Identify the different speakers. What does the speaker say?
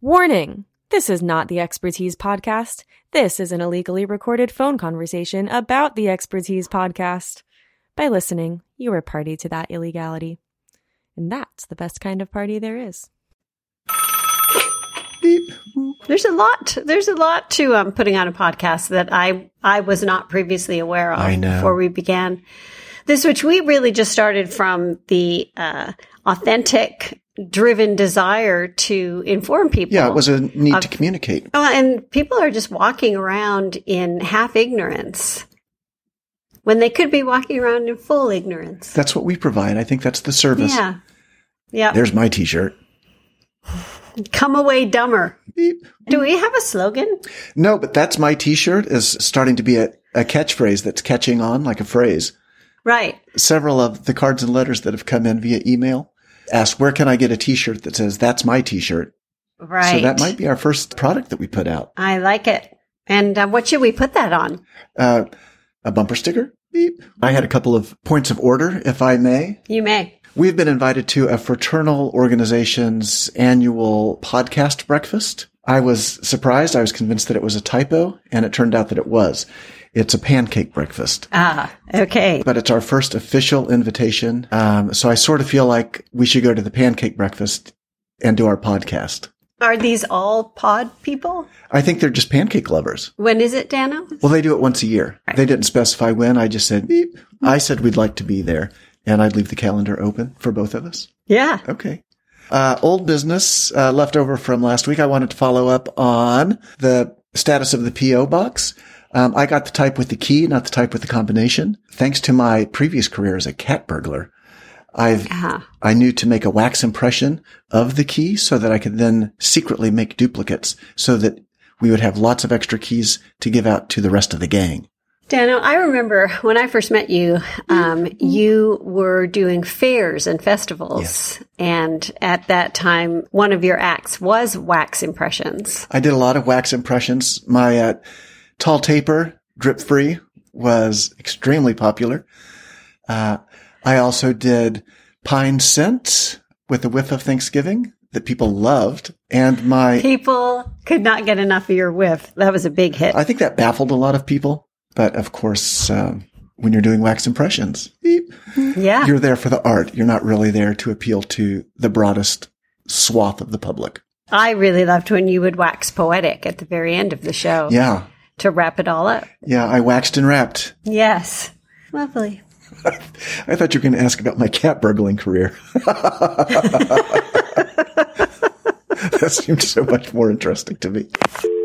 Speaker 1: Warning! This is not the Expertise Podcast. This is an illegally recorded phone conversation about the Expertise Podcast. By listening, you are party to that illegality. And that's the best kind of party there is.
Speaker 2: There's a lot. There's a lot to um, putting on a podcast that I I was not previously aware of
Speaker 3: I know.
Speaker 2: before we began this, which we really just started from the uh, authentic, driven desire to inform people.
Speaker 3: Yeah, it was a need to communicate.
Speaker 2: Oh, and people are just walking around in half ignorance when they could be walking around in full ignorance.
Speaker 3: That's what we provide. I think that's the service.
Speaker 2: Yeah. Yeah.
Speaker 3: There's my T-shirt.
Speaker 2: Come away dumber.
Speaker 3: Beep.
Speaker 2: Do we have a slogan?
Speaker 3: No, but that's my T-shirt is starting to be a, a catchphrase that's catching on like a phrase.
Speaker 2: Right.
Speaker 3: Several of the cards and letters that have come in via email ask, "Where can I get a T-shirt that says that's my T-shirt?"
Speaker 2: Right.
Speaker 3: So that might be our first product that we put out.
Speaker 2: I like it. And uh, what should we put that on?
Speaker 3: Uh, a bumper sticker. Beep. I had a couple of points of order, if I may.
Speaker 2: You may.
Speaker 3: We've been invited to a fraternal organization's annual podcast breakfast. I was surprised. I was convinced that it was a typo, and it turned out that it was. It's a pancake breakfast,
Speaker 2: Ah, okay.
Speaker 3: but it's our first official invitation. Um, so I sort of feel like we should go to the pancake breakfast and do our podcast.
Speaker 2: Are these all pod people?
Speaker 3: I think they're just pancake lovers.
Speaker 2: When is it, Dano?
Speaker 3: Well, they do it once a year. They didn't specify when. I just said, beep. I said we'd like to be there, and I'd leave the calendar open for both of us.
Speaker 2: Yeah.
Speaker 3: Okay. Uh, old business uh, left over from last week. I wanted to follow up on the status of the PO box. Um, I got the type with the key, not the type with the combination. Thanks to my previous career as a cat burglar, I've
Speaker 2: Ah,
Speaker 3: I knew to make a wax impression of the key so that I could then secretly make duplicates, so that we would have lots of extra keys to give out to the rest of the gang.
Speaker 2: Dano, I remember when I first met you, um, you were doing fairs and festivals. And at that time, one of your acts was wax impressions.
Speaker 3: I did a lot of wax impressions. My uh, tall taper, drip free, was extremely popular. Uh, I also did pine scent with a whiff of Thanksgiving that people loved, and my
Speaker 2: People could not get enough of your whiff. That was a big hit.
Speaker 3: I think that baffled a lot of people. But of course, um, when you're doing wax impressions, beep,
Speaker 2: yeah.
Speaker 3: you're there for the art. You're not really there to appeal to the broadest swath of the public.
Speaker 2: I really loved when you would wax poetic at the very end of the show
Speaker 3: Yeah,
Speaker 2: to wrap it all up.
Speaker 3: yeah. I waxed and wrapped.
Speaker 2: Yes. Lovely.
Speaker 3: I thought you were going to ask about my cat burgling career. that seemed so much more interesting to me.